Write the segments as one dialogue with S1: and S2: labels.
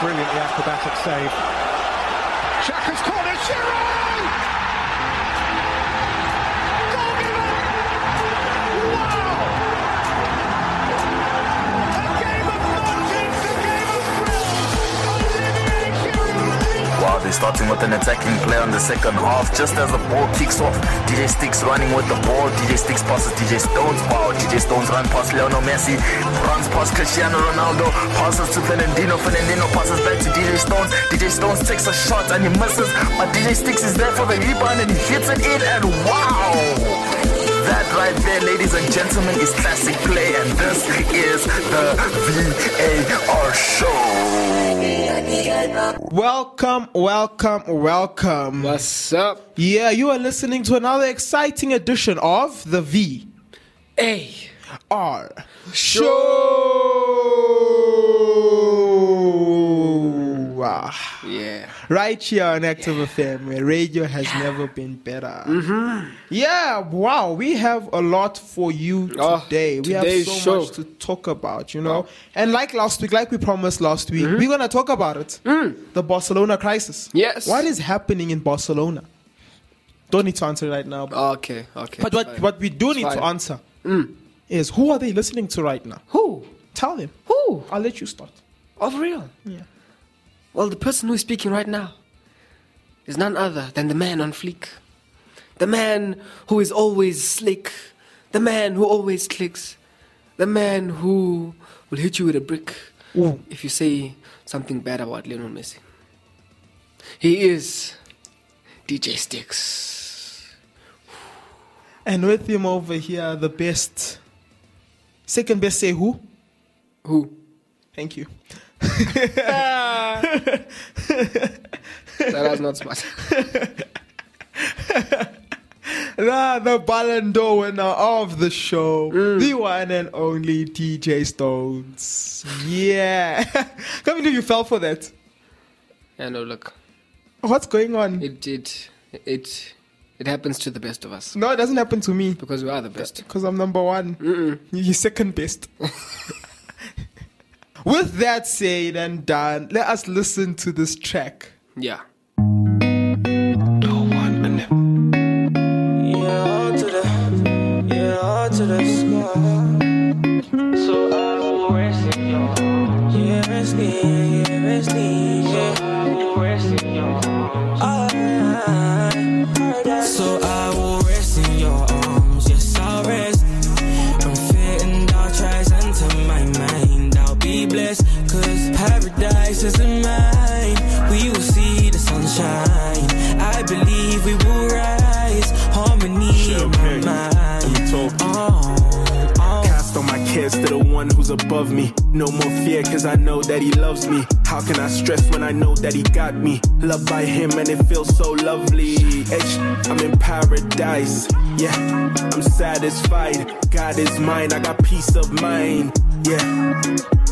S1: Brilliantly acrobatic save. Shaka's corner, Giroud! Goalkeeper! Wow! A game of nonsense, a game of thrills. Olivier Giroud!
S2: Wow, they're starting with an attacking play on the second half. Just as the ball kicks off, DJ Sticks running with the ball. DJ Sticks passes DJ Stones. Wow, DJ Stones run past Lionel Messi, runs past Cristiano Ronaldo, passes to Fernandino. Fernandino passes back to DJ Stones. DJ Stones takes a shot and he misses, but DJ Sticks is there for the rebound and he hits it in. And wow, that right there, ladies and gentlemen, is classic play. And this is the VAR show.
S3: Welcome, welcome, welcome.
S4: What's up?
S3: Yeah, you are listening to another exciting edition of the V
S4: Hey,
S3: R Show. Ah,
S4: yeah.
S3: Right here on Active FM, where radio has never been better.
S4: Mm-hmm.
S3: Yeah, wow, we have a lot for you
S4: Oh,
S3: today. we have
S4: today's
S3: so
S4: show. Ah.
S3: much to talk about, you know. And like last week, like we promised last week,
S4: Mm-hmm.
S3: we're gonna talk about it. The Barcelona crisis.
S4: Mm. Yes.
S3: What is happening in Barcelona? Don't need to answer right now. But,
S4: Ah, Okay, okay.
S3: but what, what we do need to
S4: fine. Mm.
S3: answer is who are they listening to right now?
S4: Who?
S3: Tell them.
S4: Who?
S3: I'll let you start.
S4: Of real?
S3: Yeah.
S4: Well, the person who's speaking right now is none other than the man on fleek. The man who is always slick. The man who always clicks. The man who will hit you with a brick
S3: Ooh.
S4: if you say something bad about Lionel Messi. He is DJ Sticks.
S3: And with him over here, the best, second best, say who?
S4: Who?
S3: Thank you.
S4: That was not smart.
S3: The, the Ballon d'Or winner of the show,
S4: Mm.
S3: the one and only DJ Stones. Yeah. Can't believe you fell for that.
S4: yeah, no, look.
S3: What's going on?
S4: It it it it happens to the best of us
S3: no, it doesn't happen to me
S4: because we are the best.
S3: because I'm number one. You're second best. With that said and done, let us listen to this track.
S4: Yeah.
S5: Yeah, to the, yeah, to the sky. So I will rest in your arms. Yeah, rest in, yeah, rest in, yeah. So I will rest in your arms. So I will rest in your arms, yes, I'll rest. I'm fitting all tries into my mind. I'll be blessed, cause paradise isn't mine. We will see the sunshine. I believe we will rise. Harmony in my mind. Oh, oh.
S6: Cast all my cares to the one who's above me. No more fear, cause I know that he loves me. How can I stress when I know that he got me? Loved by him and it feels so lovely. Etched, I'm in paradise. Yeah, I'm satisfied. God is mine, I got peace of mind. Yeah,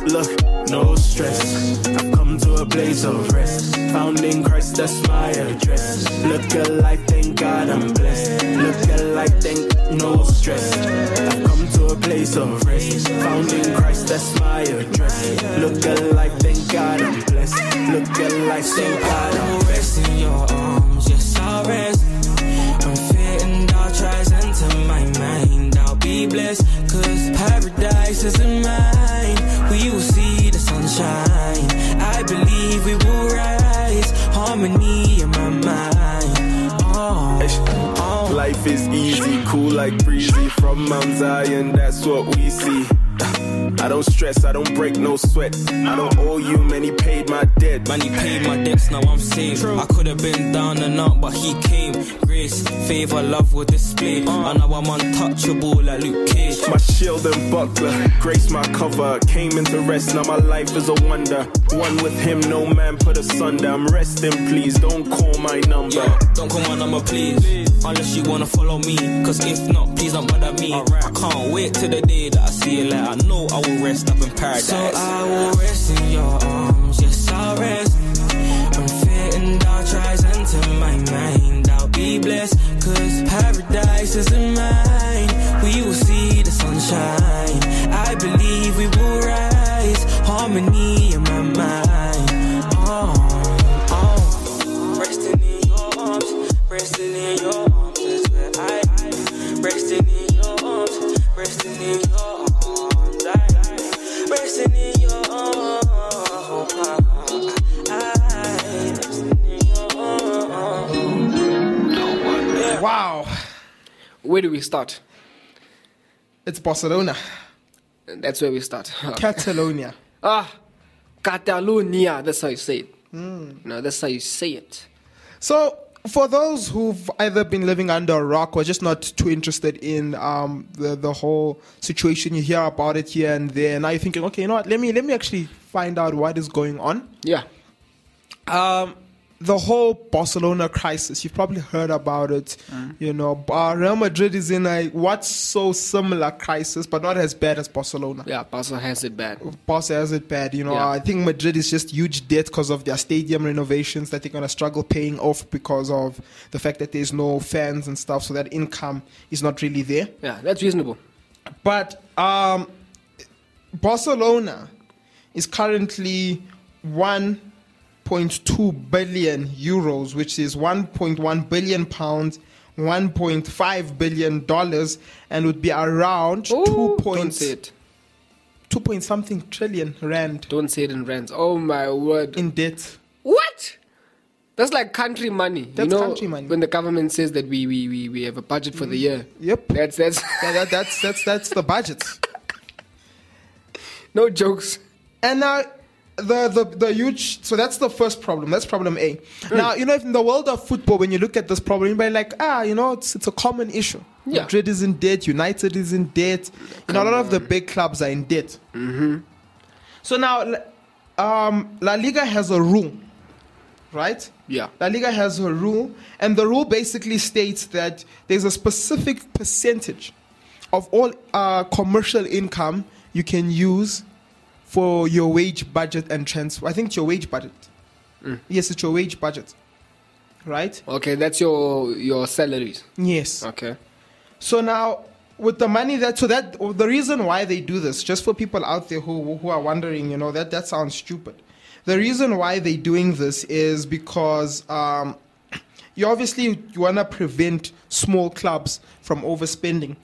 S6: look, no stress. I've come to a place of rest. Found in Christ, that's my address. Look alive, thank God I'm blessed. Look alive, thank no stress. I've come to a place of rest. Found in Christ, that's my address. Look alive, thank God I'm blessed. Look alive, thank God
S5: I
S6: I'm
S5: will rest in your arms, yes, I'll rest. I'm fitting all tries into my mind. I'll be blessed, cause paradise isn't mine. We will see the sunshine. I believe we will rise. Harmony in my mind. Oh, oh.
S6: Life is easy, cool like breezy. From Mount Zion, that's what we see. I don't stress, I don't break no sweat. I don't owe you, man, he paid my debt.
S5: Man, he paid my debts, now I'm saved. I could have been down and out, but he came. Grace, favor, love were displayed. And now I'm untouchable like Luke Cage.
S6: My shield and buckler, grace my cover. Came into rest, now my life is a wonder. One with him, no man put asunder. I'm resting, please, don't call my number.
S5: Yo, don't call my number, please. Unless you wanna follow me. Cause if not, please don't bother me. I can't wait till the day that I see you. Like, I know I will rest up in paradise.
S7: So I will rest in your arms, yes I'll rest. I'm fitting all tries into my mind. I'll be blessed, cause paradise isn't mine. We will see the sunshine. I believe we will rise. Harmony in my mind. Oh,
S4: where do we start?
S3: It's Barcelona,
S4: That's where we start.
S3: Catalonia.
S4: ah, Catalonia. That's how you say it.
S3: Hmm.
S4: No, that's how you say it.
S3: So, for those who've either been living under a rock or just not too interested in um, the the whole situation, you hear about it here and there. Now you're thinking, okay, you know what? Let me let me actually find out what is going on.
S4: Yeah.
S3: Um, the whole Barcelona crisis, you've probably heard about it. You know, Bar- Real Madrid is in a what's so similar crisis, but not as bad as Barcelona.
S4: Yeah, Barca has it bad.
S3: Barca has it bad. You know,
S4: Yeah.
S3: I think Madrid is just huge debt because of their stadium renovations that they're going to struggle paying off because of the fact that there's no fans and stuff, so that income is not really there.
S4: Yeah, that's reasonable.
S3: But um, Barcelona is currently 1.2 billion euros, which is 1.1 billion pounds, 1.5 billion dollars, and would be around
S4: Ooh,
S3: two
S4: Don't
S3: point
S4: say it.
S3: two point something trillion rand
S4: Don't say it in rands. Oh my word.
S3: in debt.
S4: What? That's like country money.
S3: That's
S4: you know,
S3: country money. Mm.
S4: When the government says that we we, we, we have a budget for the year.
S3: Yep.
S4: That's that's
S3: That- that- that's that's that's the budget.
S4: no jokes.
S3: And now the, the the huge so that's the first problem. That's problem A. Now you know if in the world of football when you look at this problem, you're like, ah, you know, it's it's a common issue.
S4: Yeah.
S3: Madrid is in debt, United is in debt, and a lot of the big clubs are in debt. Mm-hmm. So now l- um, La Liga has a rule, right?
S4: Yeah.
S3: La Liga has a rule, and the rule basically states that there's a specific percentage of all uh, commercial income you can use for your wage budget and transfer. I think it's your wage budget. Yes, it's your wage budget. Right?
S4: Okay, that's your your salaries.
S3: Yes.
S4: Okay.
S3: So now, with the money that, so that the reason why they do this, just for people out there who who are wondering, you know, that that sounds stupid. The reason why they're doing this is because um, you obviously you want to prevent small clubs from overspending.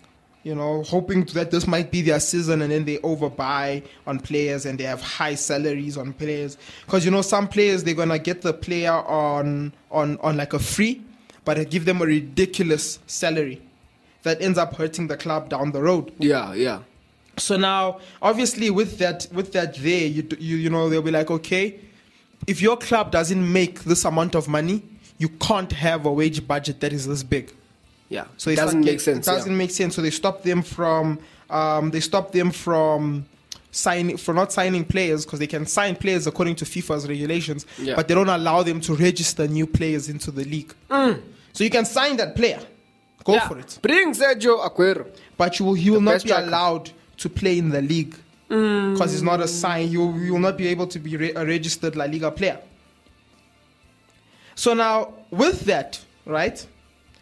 S3: You know, hoping that this might be their season, and then they overbuy on players, and they have high salaries on players. Because you know, some players they're gonna get the player on on on like a free, but it give them a ridiculous salary that ends up hurting the club down the road.
S4: Yeah, yeah.
S3: So now, obviously, with that with that there, you d- you, you know they'll be like, okay, if your club doesn't make this amount of money, you can't have a wage budget that is this big.
S4: Yeah.
S3: So
S4: it
S3: they start
S4: doesn't
S3: get-
S4: make sense.
S3: It doesn't
S4: yeah.
S3: make sense. So they stop them from um, they stop them from signing for not signing players because they can sign players according to FIFA's regulations,
S4: Yeah.
S3: but they don't allow them to register new players into the league. So you can sign that player, go
S4: Mm. Yeah.
S3: for it
S4: Bring Sergio Aguero.
S3: but you will, he will not
S4: best
S3: be
S4: striker.
S3: allowed to play in the league because it's not a sign. You, you will not be able to be re- a registered La Liga player. So now, with that, right?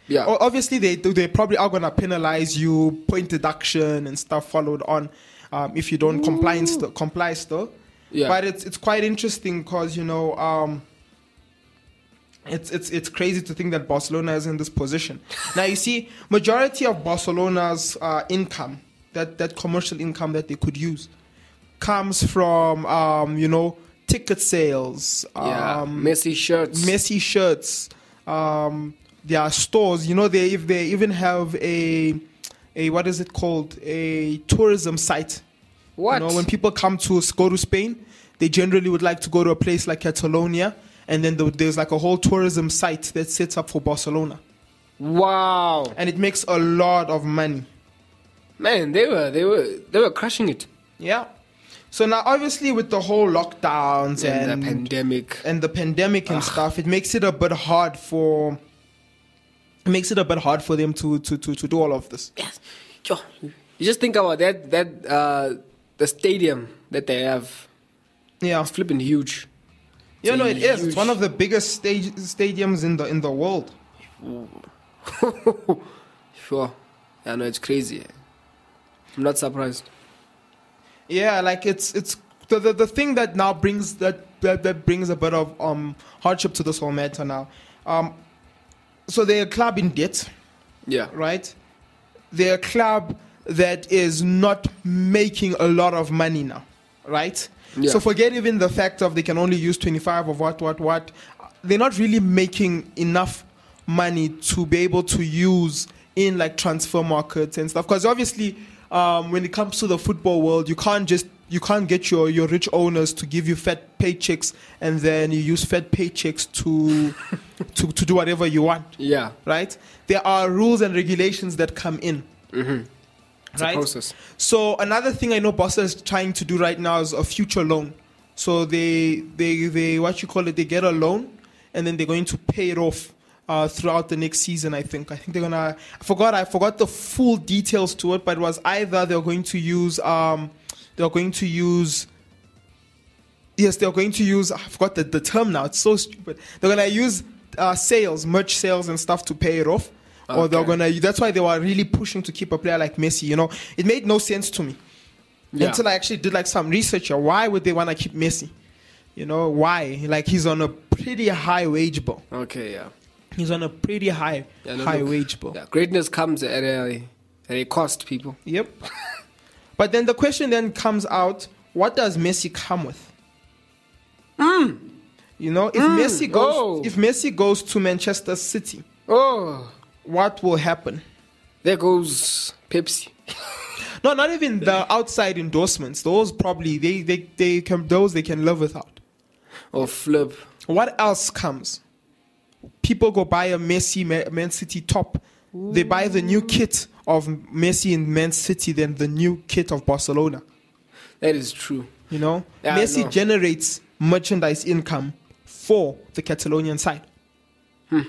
S4: Yeah.
S3: o- Obviously, they they probably are gonna penalize you, point deduction and stuff followed on, um, if you don't comply still, comply still.
S4: Yeah.
S3: But it's it's quite interesting because you know. Um, it's it's it's crazy to think that Barcelona is in this position. Now you see, majority of Barcelona's uh, income, that that commercial income that they could use, comes from um, you know ticket sales,
S4: yeah.
S3: um,
S4: Messi shirts.
S3: Messi shirts. Um, there are stores. You know, they if they even have a a what is it called a tourism site.
S4: What?
S3: You know, when people come to s- go to Spain, they generally would like to go to a place like Catalonia, and then the, there's like a whole tourism site that sets up for Barcelona,
S4: wow.
S3: and it makes a lot of money.
S4: Man, they were they were they were crushing it.
S3: Yeah. So now, obviously, with the whole lockdowns
S4: And,
S3: and,
S4: the pandemic.
S3: and the pandemic and stuff, it makes it a bit hard for it makes it a bit hard for them to to to, to do all of this.
S4: Yes. Yo, You just think about that that uh the stadium that they have.
S3: Yeah,
S4: It's flipping huge.
S3: you know
S4: a
S3: it is. It's
S4: huge-
S3: one of the biggest stage, stadiums in the in the world.
S4: Sure. I know it's crazy. I'm not surprised.
S3: Yeah, like it's it's the the, the thing that now brings that, that that brings a bit of um hardship to this whole matter now. Um, so they're a club in debt,
S4: Yeah.
S3: right? They're a club that is not making a lot of money now, right?
S4: Yeah.
S3: So forget even the fact of they can only use 25 of what, what, what. They're not really making enough money to be able to use in like transfer markets and stuff. Because obviously, um, when it comes to the football world, you can't just you can't get your, your rich owners to give you fat paychecks and then you use fat paychecks to to, to do whatever you want,
S4: Yeah.
S3: right? There are rules and regulations that come in.
S4: It's a process.
S3: So another thing I know Barca is trying to do right now is a future loan. So they they they what you call it? They get a loan, and then they're going to pay it off uh, throughout the next season. I think. I think they're gonna. I forgot. I forgot the full details to it, but it was either they're going to use um, they're going to use. Yes, they're going to use. I forgot the, the term now. It's so stupid. They're gonna use uh, sales, merch sales, and stuff to pay it off, or they're
S4: Okay.
S3: gonna. That's why they were really pushing to keep a player like Messi. You know, it made no sense to me
S4: Yeah.
S3: until I actually did like some research. here. Why would they wanna keep Messi? You know why? Like he's on a pretty high wage bill.
S4: Okay, yeah.
S3: He's on a pretty high
S4: Yeah, no,
S3: high
S4: look,
S3: wage bill.
S4: Yeah, greatness comes at a, at a cost, people.
S3: Yep. but then the question then comes out: What does Messi come with? You know, if Messi goes,
S4: oh.
S3: if Messi goes to Manchester City,
S4: Oh,
S3: what will happen?
S4: there goes Pepsi.
S3: No, not even the outside endorsements. Those probably they they, they can those they can live without.
S4: Or Flip.
S3: What else comes? People go buy a Messi Ma- Man City top. They buy the new kit of Messi in Man City, then the new kit of Barcelona.
S4: That is true.
S3: You know,
S4: Yeah, I
S3: Messi
S4: know.
S3: generates merchandise income for the Catalonian side.
S4: Hmm.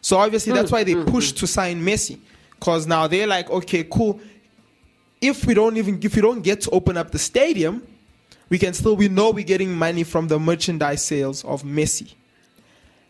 S3: So obviously that's why they push to sign Messi, because now they're like, okay, cool. If we don't even if we don't get to open up the stadium, we can still we know we're getting money from the merchandise sales of Messi.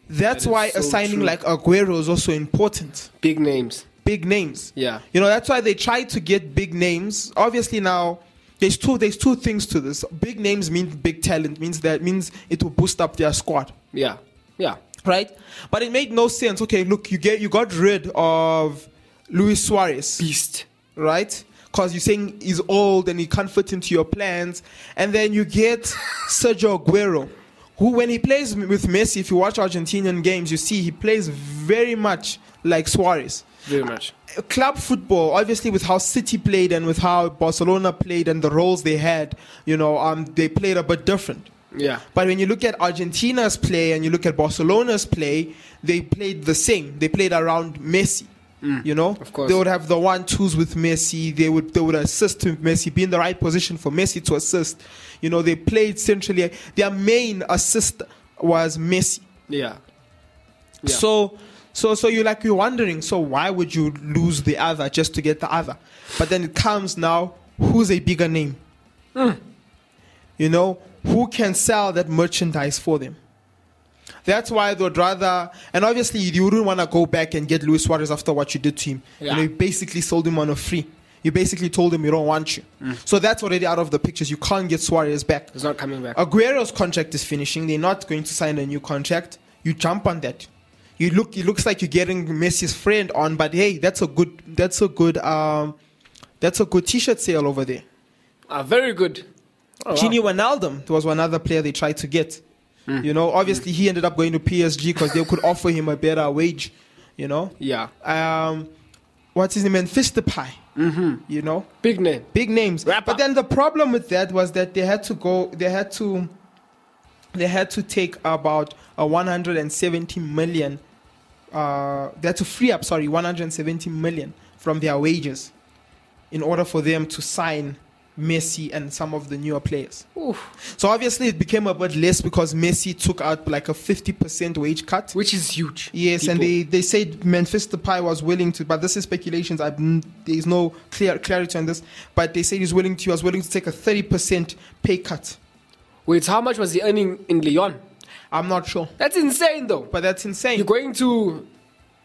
S3: That's
S4: is
S3: why
S4: so
S3: assigning
S4: true.
S3: like Aguero is also important
S4: Big names.
S3: big names.
S4: Yeah.
S3: You know, that's why they try to get big names. Obviously now there's two there's two things to this. Big names mean big talent, means that means it will boost up their squad.
S4: Yeah. Yeah.
S3: Right? But it made no sense. Okay, look, you get you got rid of Luis Suarez
S4: Beast.
S3: right? Because you're saying he's old and he can't fit into your plans. And then you get Sergio Aguero, who, when he plays m- with Messi, if you watch Argentinian games, you see he plays very much like Suarez.
S4: Very much.
S3: Uh, Club football, obviously, with how City played and with how Barcelona played and the roles they had, you know, um, they played a bit different.
S4: Yeah.
S3: But when you look at Argentina's play and you look at Barcelona's play, they played the same. They played around Messi. you know,
S4: Mm, of course.
S3: they would have the one twos with Messi. They would they would assist to Messi, be in the right position for Messi to assist. You know, they played centrally. Their main assist was Messi.
S4: Yeah. Yeah.
S3: So, so, so you're like you're wondering. So why would you lose the other just to get the other? But then it comes now. Who's a bigger name?
S4: Hmm.
S3: You know who can sell that merchandise for them. That's why they would rather, and obviously you wouldn't want to go back and get Luis Suarez after what you did to him. You,
S4: Yeah.
S3: know, you basically sold him on a free. You basically told him you don't want you.
S4: Mm.
S3: So that's already out of the pictures. You can't get Suarez back.
S4: It's not coming back.
S3: Aguero's contract is finishing. They're not going to sign a new contract. You jump on that. You look. It looks like you're getting Messi's friend on, but hey, that's a good. That's a good. Um, that's a good T-shirt sale over there.
S4: Ah, very good. Oh, wow.
S3: Gini Wijnaldum was one other player they tried to get.
S4: Hmm.
S3: You know, obviously he ended up going to PSG because they could offer him a better wage. You know,
S4: Yeah.
S3: um, what's his name? And Fistipai. Mm-hmm. You know,
S4: Big name.
S3: big names. But then the problem with that was that they had to go. They had to. They had to take about a 170 million. Uh, they had to free up, sorry, 170 million from their wages, in order for them to sign Messi and some of the newer players. So obviously it became a bit less because Messi took out like a 50% wage cut.
S4: Which is huge.
S3: Yes, and
S4: people.
S3: they, they said Memphis Depay was willing to, but this is speculations. I've, n- there's no clear clarity on this, but they said he's willing to. He was willing to take a thirty percent pay cut.
S4: Wait, how much was he earning in Lyon?
S3: I'm not sure,
S4: That's insane, though.
S3: but that's insane.
S4: You're going to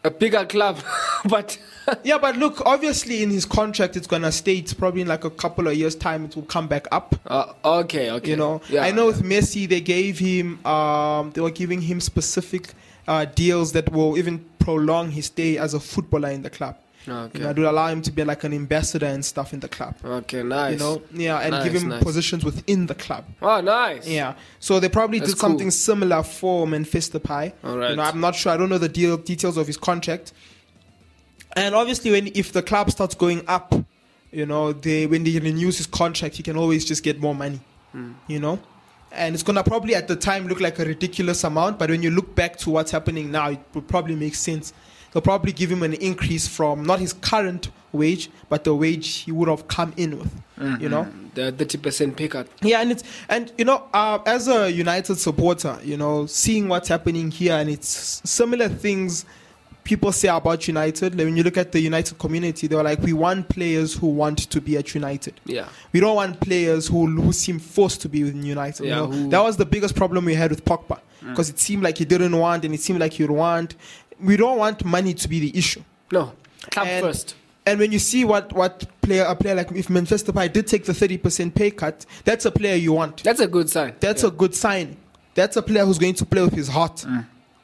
S4: a bigger club, but
S3: yeah, but look, obviously in his contract it's gonna stay. It's probably in like a couple of years' time it will come back up.
S4: uh, okay, okay.
S3: You know,
S4: yeah,
S3: I know with Messi they gave him, um, they were giving him specific uh, deals that will even prolong his stay as a footballer in the club.
S4: Okay.
S3: You know, it will allow him to be like an ambassador and stuff in the club.
S4: Okay, nice.
S3: you know yeah and give
S4: Nice,
S3: him
S4: nice.
S3: positions within the club
S4: Oh, nice.
S3: yeah so they probably
S4: That's
S3: did something
S4: cool.
S3: similar for Memphis Depay
S4: All right.
S3: you know I'm not sure I don't know the deal details of his contract And obviously, when if the club starts going up, you know, they when he renews his contract, he can always just get more money.
S4: Hmm.
S3: You know, and it's gonna probably at the time look like a ridiculous amount, but when you look back to what's happening now, it would probably make sense. They'll probably give him an increase from not his current wage, but the wage he would have come in with.
S4: Mm-hmm.
S3: You know,
S4: The thirty percent pay cut.
S3: yeah, and it's and you know, uh, as a United supporter, you know, seeing what's happening here, and it's similar things people say about United. Like when you look at the United community, they're like, we want players who want to be at United.
S4: Yeah.
S3: We don't want players who who seem forced to be with United. you
S4: Yeah,
S3: know?
S4: who- Mm.
S3: That was the biggest problem we had with Pogba because it seemed like he didn't want, and it seemed like he'd want. We don't want money to be the issue.
S4: No, club
S3: And-
S4: first.
S3: And when you see what what player a player like if Manchester Pie did take the thirty percent pay cut, that's a player you want.
S4: That's a good sign.
S3: That's a good sign. That's a player who's going to play with his heart.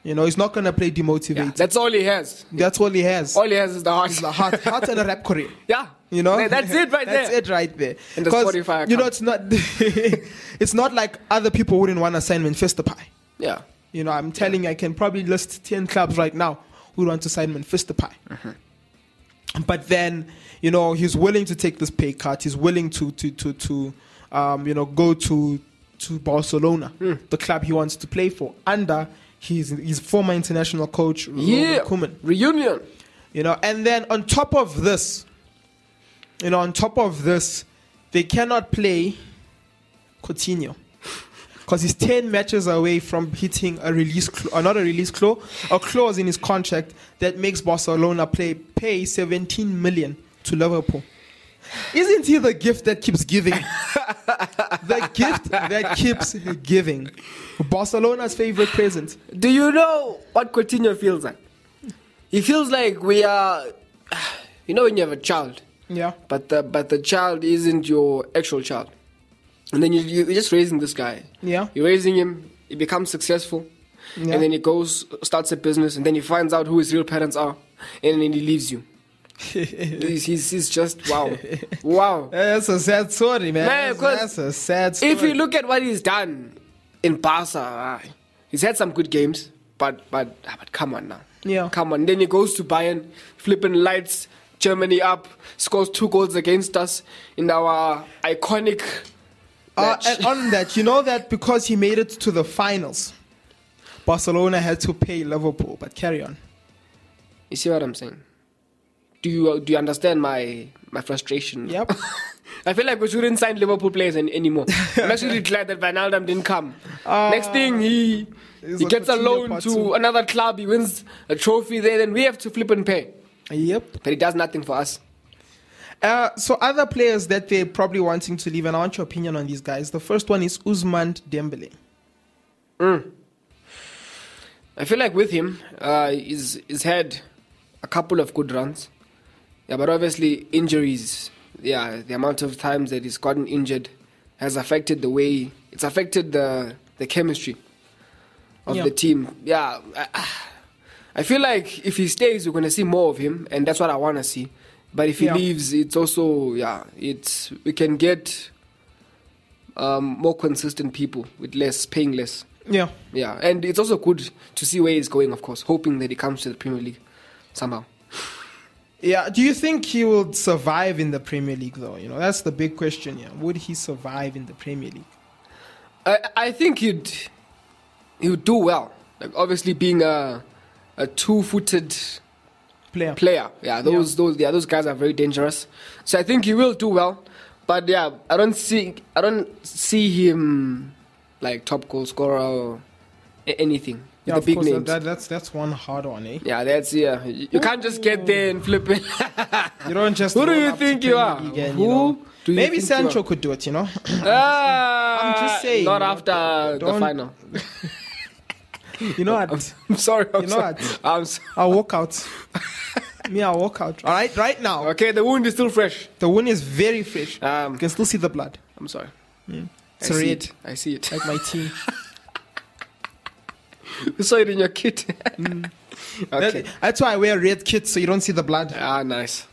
S3: You know, he's not going to play demotivated.
S4: Mm. yeah. Oh, That's all he has.
S3: That's all he has.
S4: All he has is the heart.
S3: It's the heart, heart and a rap career.
S4: yeah.
S3: You know,
S4: That- that's it right
S3: That's
S4: there.
S3: it right there.
S4: And the
S3: 'Cause,
S4: Spotify
S3: you know, it's not. it's not like other people wouldn't want to sign Manchester Pie.
S4: Yeah.
S3: You know, I'm telling you, I can probably list ten clubs right now who want to sign Manchester Pie.
S4: Uh-huh.
S3: But then, you know, he's willing to take this pay cut. He's willing to to to to, um, you know, go to to Barcelona,
S4: Hmm.
S3: the club he wants to play for, under his his former international coach Ronald
S4: Yeah.
S3: Koeman.
S4: Reunion.
S3: You know, and then on top of this, you know, on top of this, they cannot play Coutinho because he's 10 matches away from hitting a release cl- or not a release clause, a clause in his contract that makes Barcelona play pay 17 million to Liverpool. Isn't he the gift that keeps giving? the gift that keeps giving. Barcelona's favorite present.
S4: Do you know what Coutinho feels like? He feels like we are. You know when you have a child,
S3: Yeah.
S4: but the but the child isn't your actual child, and then you you're just raising this guy.
S3: Yeah.
S4: You're raising him. He becomes successful,
S3: Yeah.
S4: and then he goes starts a business, and then he finds out who his real parents are, and then he leaves you. he's, he's, he's just wow, wow.
S3: Eh, That's a sad story, man.
S4: Man,
S3: That's-
S4: 'cause
S3: that's a sad story.
S4: If you look at what he's done in Barca, ah, he's had some good games, but but ah, but come on now,
S3: Yeah.
S4: come on. Then he goes to Bayern, flipping lights Germany up, scores two goals against us in our iconic.
S3: Uh,
S4: match.
S3: and on that, you know that because he made it to the finals, Barcelona had to pay Liverpool. But carry on.
S4: you see what I'm saying? Do you uh, do you understand my my frustration?
S3: Yep.
S4: I feel like we shouldn't sign Liverpool players an- anymore. I'm actually glad that Van Aldam didn't come. Next thing he
S3: It's
S4: he
S3: a
S4: gets a
S3: Uh, Coutinho
S4: loan
S3: part
S4: to
S3: two.
S4: another club. He wins a trophy there. Then we have to flip and pay.
S3: Yep.
S4: But he does nothing for us.
S3: Uh, so other players that they're probably wanting to leave, and I want your opinion on these guys. The first one is Usman Dembele.
S4: I feel like with him, uh, he's, he's had a couple of good runs. Yeah, but obviously injuries. Yeah, the amount of times that he's gotten injured has affected the way it's affected the the chemistry of
S3: Yeah.
S4: the team. Yeah, I, I feel like if he stays, we're gonna see more of him, and that's what I want to see. But if he
S3: Yeah.
S4: leaves, it's also yeah, it's we can get um, more consistent people with less paying less.
S3: Yeah.
S4: Yeah, and it's also good to see where he's going, of course, hoping that he comes to the Premier League somehow.
S3: Yeah. Do you think he will survive in the Premier League, though? You know, that's the big question. Yeah. Would he survive in the Premier League?
S4: I, I think he'd he'd do well. Like obviously being a a two-footed
S3: Player.
S4: player. Yeah, those those yeah those guys are very dangerous. So I think he will do well, but yeah, I don't see I don't see him like top goal scorer or a- anything. with
S3: Yeah.
S4: the
S3: of
S4: big
S3: course,
S4: names.
S3: That, that's that's one hard one, eh?
S4: yeah, that's yeah. You, you can't just get there and flip it.
S3: You don't just.
S4: Who do
S3: roll
S4: you
S3: up to
S4: think you
S3: Premier
S4: are?
S3: League and,
S4: Who
S3: you know,
S4: do you
S3: Maybe
S4: think you are?
S3: Sancho could do it. You know.
S4: Ah,
S3: I'm just saying,
S4: Not
S3: you know,
S4: after the
S3: don't-
S4: final.
S3: you know what?
S4: I'm sorry. I'm
S3: You know
S4: sorry.
S3: what?
S4: I'm sorry.
S3: I'll walk out. Me, I'll walk out. All right, right now.
S4: Okay, the wound is still fresh.
S3: The wound is very fresh.
S4: Um,
S3: Uh, You can still see the blood,
S4: I'm sorry.
S3: It's
S4: I see
S3: red.
S4: it. I see it.
S3: like my team.
S4: You saw it in your kit. Mm. okay.
S3: That- that's why I wear red kits so you don't see the blood.
S4: Ah, nice.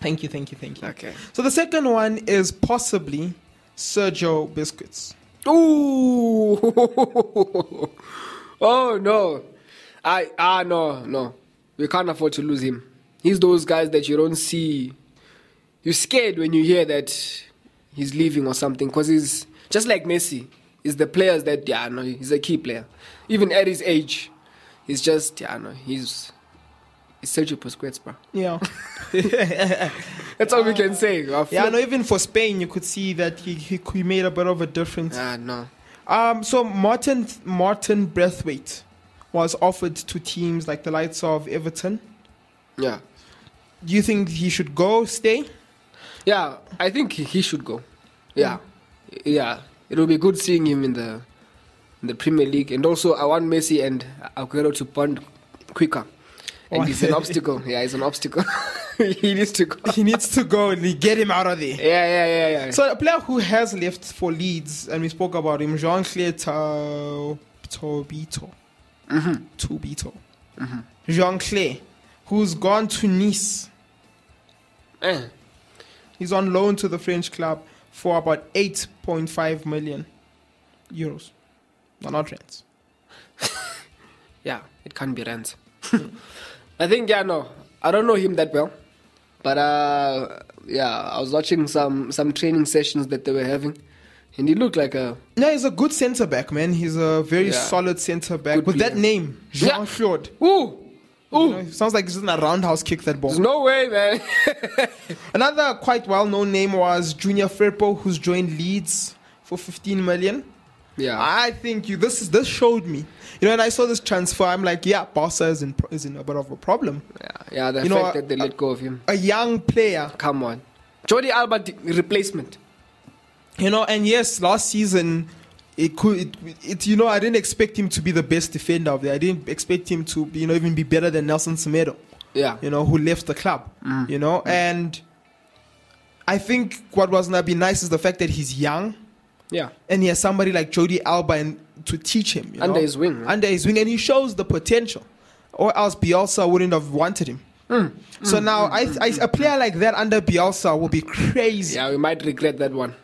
S3: Thank you, thank you, thank you.
S4: Okay.
S3: So the second one is possibly Sergio Biscuits.
S4: Ooh. oh no. I ah no no. We can't afford to lose him. He's those guys that you don't see. You're scared when you hear that he's leaving or something because he's just like Messi. He's the players that, yeah, no, he's a key player. Even at his age, he's just, yeah, no, he's, he's Sergio Busquets, bro.
S3: Yeah.
S4: That's all we can say.
S3: Ah.
S4: I
S3: Yeah, I
S4: feel-
S3: know even for Spain, you could see that he, he, he made a bit of a difference.
S4: Ah, no.
S3: Um, so Martin Martin Breathwaite was offered to teams like the likes of Everton.
S4: Yeah.
S3: Do you think he should go, stay?
S4: Yeah, I think he- he should go. Yeah, yeah, it will be good seeing him in the in the Premier League, and also I want Messi and Aguero to bond quicker.
S3: Oh.
S4: And he's an obstacle. Yeah, he's an obstacle. he needs to go.
S3: He needs to go and we get him out of there.
S4: Yeah, yeah, yeah, yeah.
S3: So a player who has left for Leeds, and we spoke about him, Jean Claire Tau- Tobito.
S4: Mm-hmm.
S3: Tobito. Jean Claire, who's gone to Nice.
S4: Eh,
S3: He's on loan to the French club for about 8.5 million euros. No, not rents.
S4: yeah, it can be rent. I think yeah, no, I don't know him that well, but uh, yeah, I was watching some some training sessions that they were having, and he looked like a
S3: No, he's a good centre back, man. He's a very
S4: Yeah.
S3: solid centre back.
S4: Good
S3: With that
S4: player.
S3: name,
S4: Yeah.
S3: Jean Claude.
S4: ooh.
S3: You know, it sounds like he's in a roundhouse kick that ball.
S4: There's no way, man.
S3: Another quite well known name was Junior Firpo, who's joined Leeds for 15 million.
S4: yeah.
S3: I think you this is this showed me. You know, and I saw this transfer, I'm like, yeah, Barca is in is in a bit of a problem.
S4: Yeah, yeah the
S3: You know,
S4: fact
S3: uh,
S4: that they let go of him.
S3: A young player
S4: Come on. Jordi Alba di- replacement.
S3: You know, and yes, last season it could it, it you know I didn't expect him to be the best defender of there. I didn't expect him to you know even be better than Nelson Semedo,
S4: Yeah.
S3: you know, who left the club. You know, and I think what was gonna be nice is the fact that he's young
S4: Yeah.
S3: and he has somebody like Jody Alba and to teach him you
S4: Under
S3: know?
S4: his wing, right?
S3: Under his wing, and he shows the potential, or else Bielsa wouldn't have wanted him.
S4: Hmm.
S3: So now, I, I, a player like that under Bielsa will be crazy.
S4: Yeah, we might regret that one.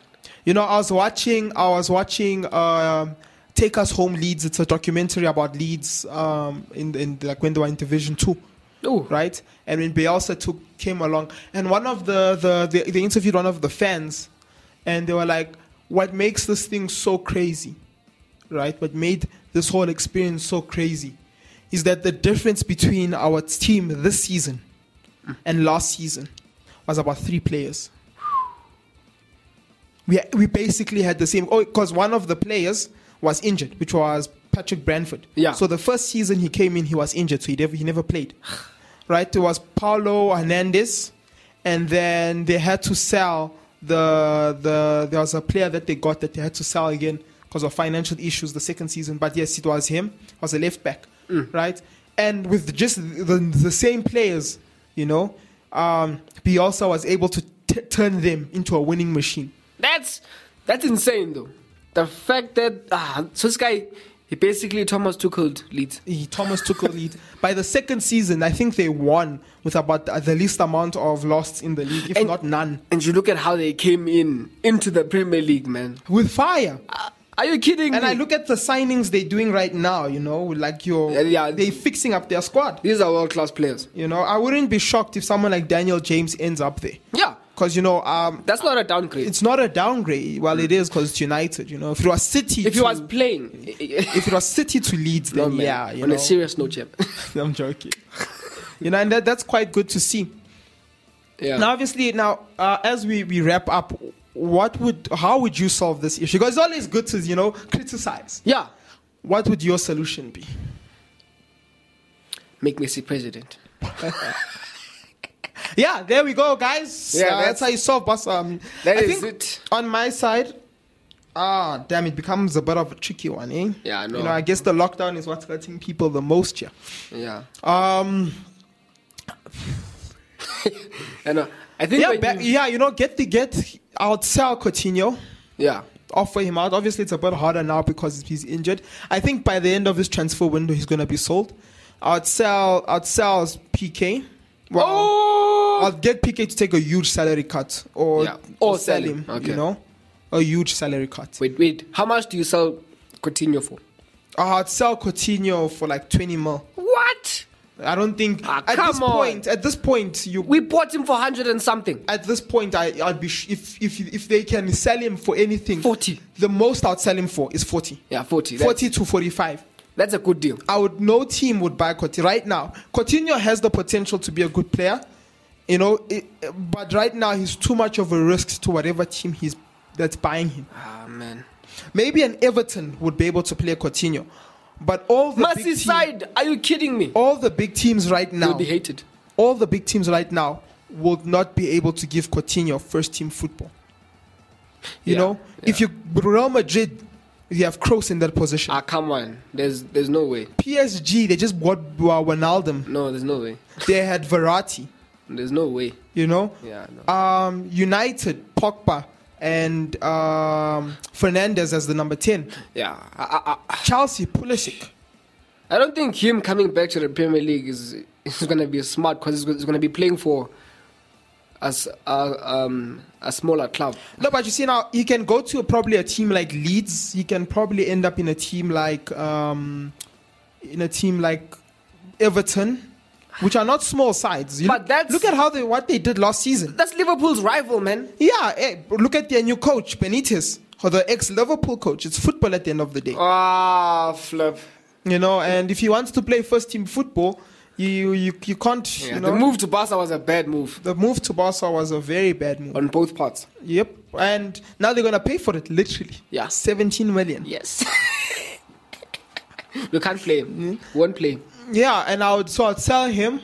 S3: You know, I was watching. I was watching. Um, Take us home, Leeds. It's a documentary about Leeds um, in in like when they were in Division Two,
S4: Ooh.
S3: right? And when Bielsa took came along, and one of the, the the they interviewed one of the fans, and they were like, "What makes this thing so crazy, right? What made this whole experience so crazy, is that the difference between our team this season and last season was about three players." we we basically had the same. Oh, because one of the players was injured, which was Patrick Branford.
S4: Yeah.
S3: So the first season he came in, he was injured, so he never he never played. right. It was Paulo Hernandez, and then they had to sell the the there was a player that they got that they had to sell again because of financial issues the second season. But yes, it was him. It was a left back. Right. And with just the, the same players, you know, um, Bielsa was able to t- turn them into a winning machine.
S4: That's that's insane though. The fact that ah, so this guy he basically Thomas Tuchel leads.
S3: he, Thomas took a lead. By the second season, I think they won with about the, the least amount of loss in the league, if
S4: And-
S3: not none.
S4: And you look at how they came in into the Premier League, man.
S3: With fire,
S4: Ah, Are you kidding
S3: and
S4: me?
S3: I look at the signings they're doing right now. You know, like your
S4: Yeah, yeah.
S3: they're fixing up their squad.
S4: These are world class players.
S3: You know, I wouldn't be shocked if someone like Daniel James ends up there,
S4: Yeah.
S3: because you know, um,
S4: That's not a downgrade.
S3: it's not a downgrade. Well, it is because it's United. You know, if it was City,
S4: if he
S3: to-
S4: was playing,
S3: if it was City to Leeds,
S4: No,
S3: then
S4: man.
S3: yeah, you
S4: on
S3: know,
S4: a serious note, champ.
S3: I'm joking. you know, and that, that's quite good to see.
S4: yeah.
S3: Now, obviously, now uh, as we, we wrap up, what would how would you solve this issue? Because it's always good to you know criticize.
S4: yeah.
S3: What would your solution be?
S4: Make Messi president.
S3: Yeah, there we go, guys.
S4: Yeah,
S3: Uh, that's,
S4: that's-
S3: how you solve boss. Um,
S4: That
S3: I
S4: is
S3: think
S4: it.
S3: On my side, ah, damn, it becomes a bit of a tricky one, eh?
S4: Yeah, I know.
S3: You know, I guess the lockdown is what's hurting people the most here.
S4: Yeah.
S3: Um,
S4: And uh, I think
S3: yeah,
S4: when
S3: back,
S4: you-
S3: yeah, you know, get the get out, sell Coutinho.
S4: yeah,
S3: offer him out. Obviously, it's a bit harder now because he's injured. I think by the end of this transfer window, he's going to be sold. I'd sell, I'd sell PK. Well, I'll get PK to take a huge salary cut or
S4: Oh! Yeah.
S3: or,
S4: Or
S3: sell,
S4: sell
S3: him.
S4: him. Okay.
S3: You know, a huge salary cut.
S4: Wait, wait. How much do you sell Coutinho for?
S3: Ah, I'd sell Coutinho for like twenty mil.
S4: What?
S3: I don't think
S4: Ah,
S3: at this
S4: come on.
S3: point. At this point, you
S4: We bought him for 100 and something.
S3: at this point, I, I'd be sh- if if if they can sell him for anything,
S4: 40.
S3: The most I'd sell him for is forty.
S4: Yeah, 40. That's,
S3: 40 to 45.
S4: That's a good deal.
S3: I would no team would buy Coutinho right now. Coutinho has the potential to be a good player, you know, it, but right now he's too much of a risk to whatever team he's that's buying him.
S4: Ah, man.
S3: Maybe an Everton would be able to play Coutinho, but all the big team-
S4: Merseyside, are you kidding me?
S3: all the big teams right
S4: You'll
S3: now,
S4: be hated.
S3: all the big teams right now will not be able to give Coutinho first team football. You
S4: Yeah,
S3: know, if you Real Madrid, you have Kroos in that position.
S4: Ah, come on. There's, there's no way.
S3: PSG, they just bought uh, Wijnaldum.
S4: No, there's no way.
S3: They had Verratti.
S4: There's no way.
S3: You know,
S4: Yeah, I know.
S3: um, United, Pogba and um, Fernandez as the number ten.
S4: Yeah. I, I, I,
S3: Chelsea, Pulisic.
S4: I don't think him coming back to the Premier League is is going to be smart because he's going to be playing for as a um a smaller club.
S3: No, but you see now he can go to probably a team like Leeds. He can probably end up in a team like um, in a team like Everton, which are not small sides. You
S4: But
S3: look,
S4: that's-
S3: look at how they what they did last season.
S4: That's Liverpool's rival, man.
S3: Yeah, eh, look at their new coach Benitez, or the ex-Liverpool coach. It's football at the end of the day.
S4: Ah, flip.
S3: You know, and if he wants to play first team football, you you, you can't.
S4: Yeah,
S3: you know,
S4: The move to Barca was a bad move
S3: the move to Barca was a very bad move.
S4: on both parts.
S3: Yep, and now they're gonna pay for it literally.
S4: Yeah.
S3: seventeen million.
S4: Yes. we can't play him.
S3: Hmm?
S4: We Won't play him.
S3: Yeah, and I would so I'd sell him.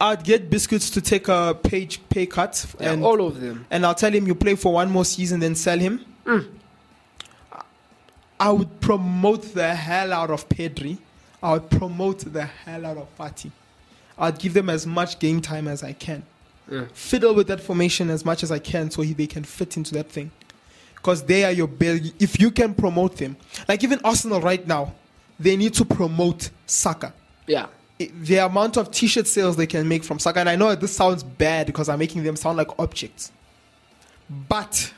S3: I'd get biscuits to take a page pay cut,
S4: Yeah,
S3: and
S4: all of them.
S3: and I'll tell him you play for one more season, then sell him. I would promote the hell out of Pedri. I would promote the hell out of Fati. I'd give them as much game time as I can. Fiddle with that formation as much as I can so he, they can fit into that thing. Because they are your big. If you can promote them, like even Arsenal right now, they need to promote Saka
S4: Yeah.
S3: it- the amount of t-shirt sales they can make from Saka. And I know this sounds bad because I'm making them sound like objects, but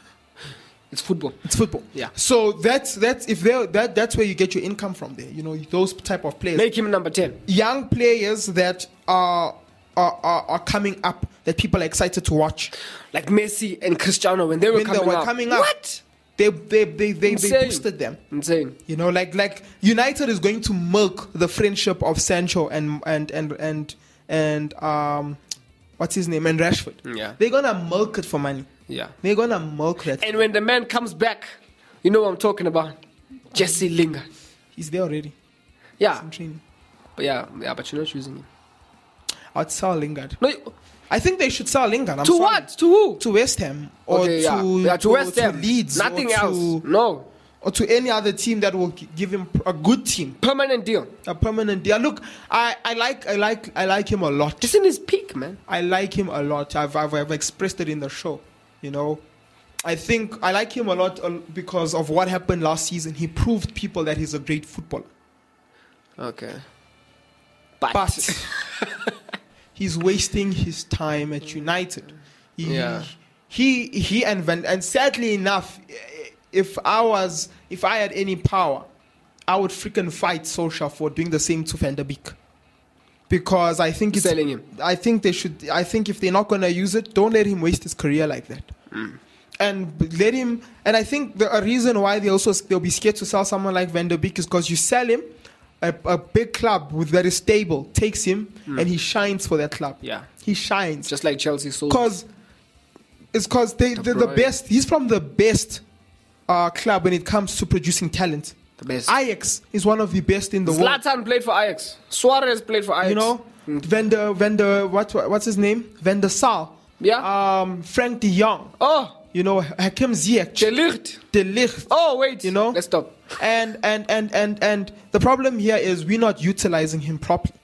S4: It's football.
S3: it's football.
S4: Yeah.
S3: So that's that's if they that that's where you get your income from. There, you know, those type of players,
S4: Make him number 10.
S3: young players that are. Are, are, are coming up that people are excited to watch
S4: Like Messi and Cristiano when they were,
S3: when
S4: coming,
S3: they were
S4: up.
S3: coming up.
S4: What?
S3: They they they they, they
S4: Insane.
S3: boosted them.
S4: Insane.
S3: You know, like like United is going to milk the friendship of Sancho and and and and and um, what's his name and Rashford.
S4: Yeah.
S3: they're gonna milk it for money.
S4: Yeah.
S3: They're gonna milk that.
S4: And when the man comes back, you know what I'm talking about. Jesse Lingard.
S3: He's there already.
S4: Yeah.
S3: in training.
S4: But yeah, yeah, but you're not choosing him.
S3: I'd sell Lingard.
S4: No, you-
S3: I think they should sell Lingard. I'm
S4: to
S3: sorry.
S4: what? To who?
S3: To West Ham or
S4: Okay,
S3: to,
S4: yeah. Yeah, to West Ham.
S3: Leeds, or
S4: Nothing
S3: to-
S4: else. No.
S3: or to any other team that will gi- give him a good team,
S4: Permanent deal.
S3: a permanent deal. Look, I, I like I like I like him a lot.
S4: Just in his peak, man.
S3: I like him a lot. I've, I've, I've expressed it in the show. You know, I think I like him a lot uh, because of what happened last season. He proved people that he's a great footballer.
S4: Okay. But,
S3: But he's wasting his time at United. He,
S4: Yeah.
S3: He he and Van, and sadly enough, eh, if I was if I had any power, I would freaking fight Solskjaer for doing the same to Van der Beek. Because I think it's
S4: Selling him.
S3: I think they should. I think if they're not going to use it, don't let him waste his career like that. And b- let him. And I think the a reason why they also s- they'll be scared to sell someone like Van der Beek is because you sell him, a, a big club with that is stable takes him and he shines for that club.
S4: Hmm. Yeah.
S3: he shines
S4: just like Chelsea sold.
S3: because it's because they the, the
S4: Bruyne.
S3: best. He's from the best uh, club when it comes to producing talent.
S4: The best.
S3: Ajax is one of the best in the world.
S4: Zlatan Hmm. played for Ajax. Suarez played for Ajax.
S3: You know, Vender, Vender, what, what's his name? Vender Sar.
S4: Yeah.
S3: Um, Frank de Jong.
S4: Oh,
S3: You know, Hakim Ziyech.
S4: De Ligt.
S3: De Ligt.
S4: Oh, wait.
S3: You know?
S4: Let's stop.
S3: And, and, and, and, and the problem here is we're not utilizing him properly.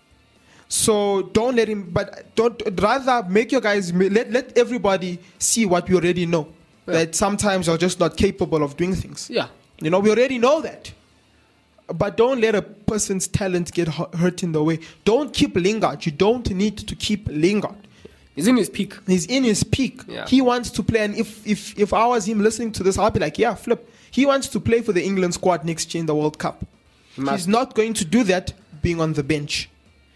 S3: So don't let him, but don't rather make your guys let let everybody see what we already know. That sometimes you're just not capable of doing things.
S4: Yeah.
S3: You know, we already know that. But don't let a person's talent get hu- hurt in the way. Don't keep Lingard. You don't need to keep Lingard.
S4: He's in his peak.
S3: He's in his peak.
S4: Yeah.
S3: He wants to play. And if, if, if I was him listening to this, I'll be like, yeah, flip. He wants to play for the England squad next year in the World Cup.
S4: Must.
S3: He's not going to do that being on the bench.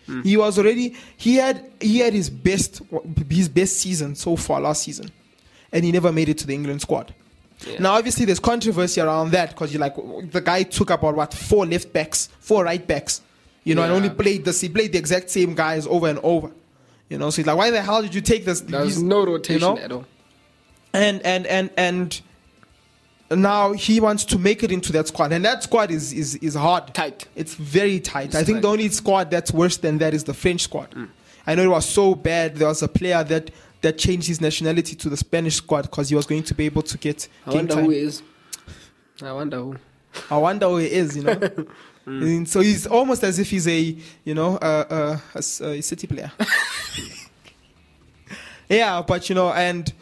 S4: Hmm.
S3: He was already he had he had his best his best season so far last season, and he never made it to the England squad. Now, obviously, there's controversy around that because you like the guy took about what four left backs, four right backs, you know, and
S4: Yeah.
S3: only played this. He played the exact same guys over and over, you know. So he's like, why the hell did you take this?
S4: There's
S3: these-
S4: no
S3: you
S4: rotation
S3: know?
S4: at all.
S3: and and and and now he wants to make it into that squad and that squad is is, is hard
S4: Tight.
S3: it's very tight i
S4: It's
S3: think the
S4: tight. Mm.
S3: only squad that's worse than that is the french squad i know it was so bad there was a player that that changed his nationality to the spanish squad because he was going to be able to get
S4: I
S3: game
S4: wonder
S3: time
S4: who it is. I wonder who.
S3: i wonder who he is you know And so he's almost as if he's a you know uh, uh, a s- a city player Yeah, but you know, and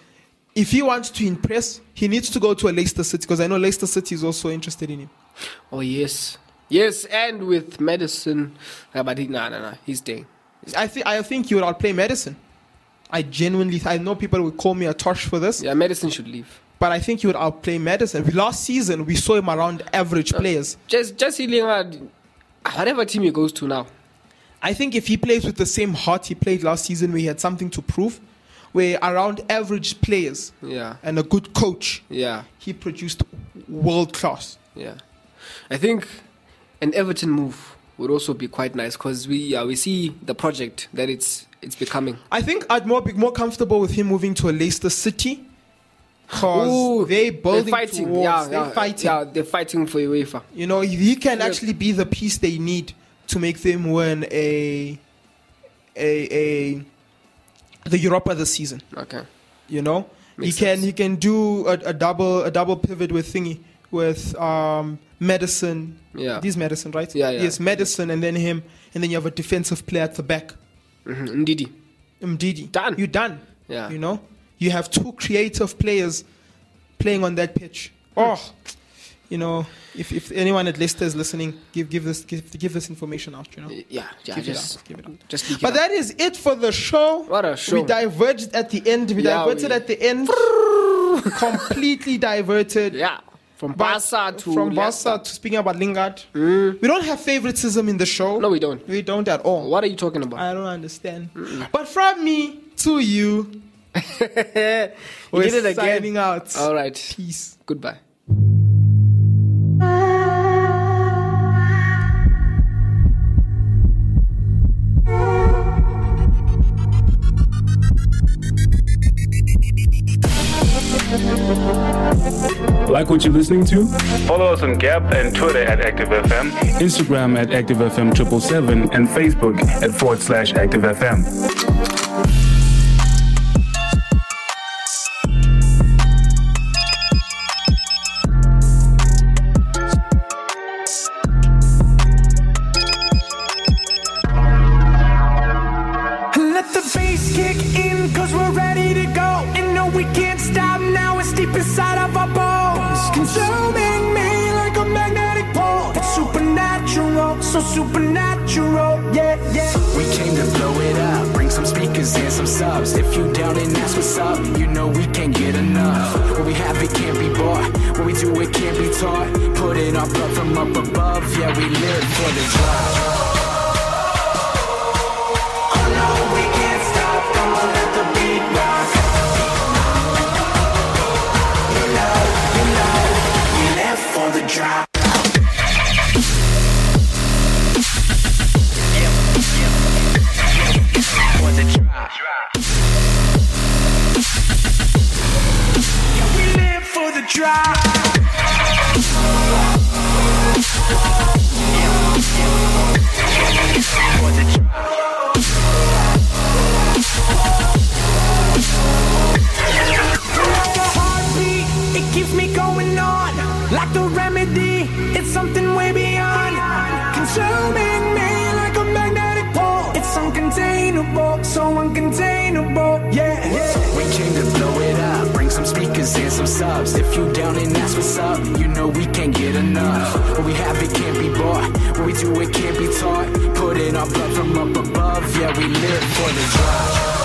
S3: if he wants to impress, he needs to go to a Leicester City because I know Leicester City is also interested in him.
S4: Oh yes, yes, and with medicine. Nah, but he, nah, nah, nah. He's staying.
S3: I think I think he would outplay Madison. I genuinely, I know people would call me a torch for this,
S4: Yeah, medicine should leave.
S3: but I think he would outplay Madison. Last season, we saw him around average players.
S4: Just, just Lingard. Whatever team he goes to now,
S3: I think if he plays with the same heart he played last season, where he had something to prove, where around average players
S4: yeah,
S3: and a good coach,
S4: yeah,
S3: he produced world class.
S4: yeah. I think an Everton move would also be quite nice because we, yeah, we see the project that it's it's becoming.
S3: I think I'd more be more comfortable with him moving to a Leicester City because
S4: Ooh,
S3: they building
S4: they're fighting.
S3: towards
S4: yeah,
S3: they're
S4: yeah,
S3: fighting.
S4: Yeah, they're fighting for UEFA.
S3: You know, he- he can
S4: Yeah.
S3: actually be the piece they need to make them win a a a the Europa this season.
S4: Okay.
S3: You know,
S4: Makes
S3: he can
S4: sense.
S3: he can do a, a double a double pivot with thingy with um medicine.
S4: Yeah.
S3: This medicine, right?
S4: Yeah, yeah.
S3: Yes, medicine, and then him, and then you have a defensive player at the back.
S4: Mm-hmm. Ndidi.
S3: Mdidi.
S4: Done.
S3: You're done.
S4: Yeah.
S3: You know? You have two creative players playing on that pitch.
S4: Hmm.
S3: Oh, you know, if, if anyone at Leicester is listening, give give this give, give this information out, you know.
S4: Yeah, yeah.
S3: Give it
S4: just,
S3: up, give it up.
S4: just. leak it
S3: But
S4: up.
S3: that is it for the show.
S4: What a show.
S3: We diverged at the end. We
S4: Yeah,
S3: diverted
S4: we-
S3: at the end. completely diverted.
S4: yeah, from
S3: But
S4: Barca to
S3: from
S4: Leicester.
S3: Barca to speaking about Lingard. We don't have favoritism in the show.
S4: No, we don't.
S3: We don't at all.
S4: What are you talking about?
S3: I don't understand. But from me to you,
S4: You
S3: we're
S4: did it again.
S3: signing out.
S4: All right.
S3: Peace.
S4: Goodbye.
S6: Like what you're listening to?
S8: Follow us on Gap and Twitter at Active FM.
S6: Instagram at ActiveFM777 and Facebook at forward slash ActiveFM.
S2: Let the bass kick in, cause we're ready to go. And no, we can't stop now, it's deep inside of our bones. Consuming me like a magnetic pole. It's supernatural, so supernatural, yeah, yeah.
S9: We came to blow it up, bring some speakers and some subs. If you down and ask what's up, you know we can't get enough. What we have, it can't be bought. What we do, it can't be taught. Put it up, up from up above. Yeah, we live for the drop.
S2: Oh no, we can't stop, gonna let the beat rock. You know, you know, we live for the drop.
S9: For the drop.
S2: We live for the drop.
S9: For the drop.
S2: like a heartbeat, it keeps me going on. Like the remedy, it's something way beyond. Consuming me like a magnetic pole. It's uncontainable, so uncontainable, yeah.
S9: We came to blow it up, bring some speakers and some subs. If you down and ask what's up, you know we can't get enough. What we have, it can't be bought. What we do, it can't be taught. Put it on blood from up above. Yeah, we live for the drop.